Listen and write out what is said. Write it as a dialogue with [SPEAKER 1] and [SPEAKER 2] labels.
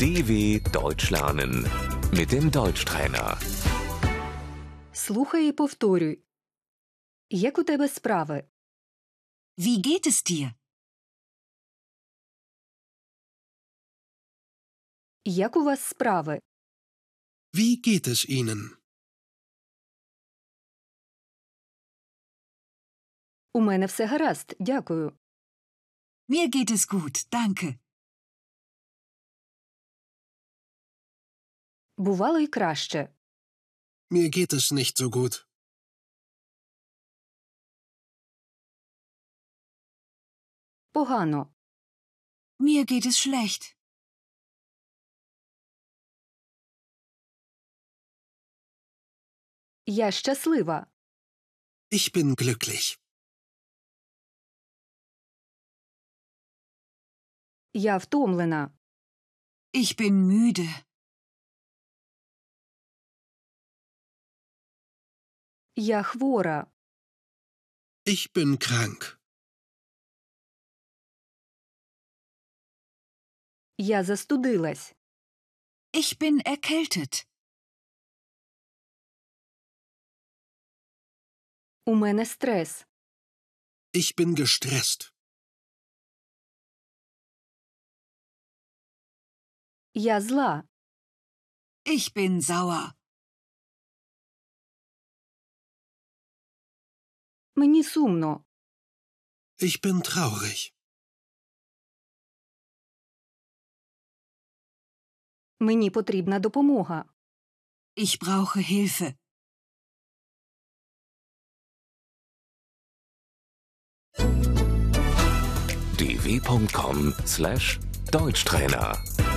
[SPEAKER 1] DW Deutsch lernen mit dem Deutschtrainer.
[SPEAKER 2] Слухай і повторюй. Як у тебе справи?
[SPEAKER 3] Wie geht es dir?
[SPEAKER 2] Як у вас справи?
[SPEAKER 4] Wie geht es Ihnen?
[SPEAKER 2] У мене все гаразд, дякую.
[SPEAKER 3] Mir geht es gut, danke.
[SPEAKER 2] Бувало й краще.
[SPEAKER 4] Mir geht es nicht so gut.
[SPEAKER 2] Погано.
[SPEAKER 3] Mir geht es schlecht.
[SPEAKER 2] Я щаслива.
[SPEAKER 4] Ich bin glücklich.
[SPEAKER 2] Я втомлена.
[SPEAKER 3] Ich bin müde.
[SPEAKER 2] Я хвора.
[SPEAKER 4] Ich bin krank.
[SPEAKER 2] Я застудилась.
[SPEAKER 3] Ich bin erkältet.
[SPEAKER 2] У мене стрес.
[SPEAKER 4] Ich bin gestresst.
[SPEAKER 2] Я зла.
[SPEAKER 3] Ich bin sauer.
[SPEAKER 2] Мені сумно.
[SPEAKER 4] Ich bin traurig.
[SPEAKER 2] Мені потрібна допомога.
[SPEAKER 3] Ich brauche Hilfe.
[SPEAKER 1] dw.com/deutschtrainer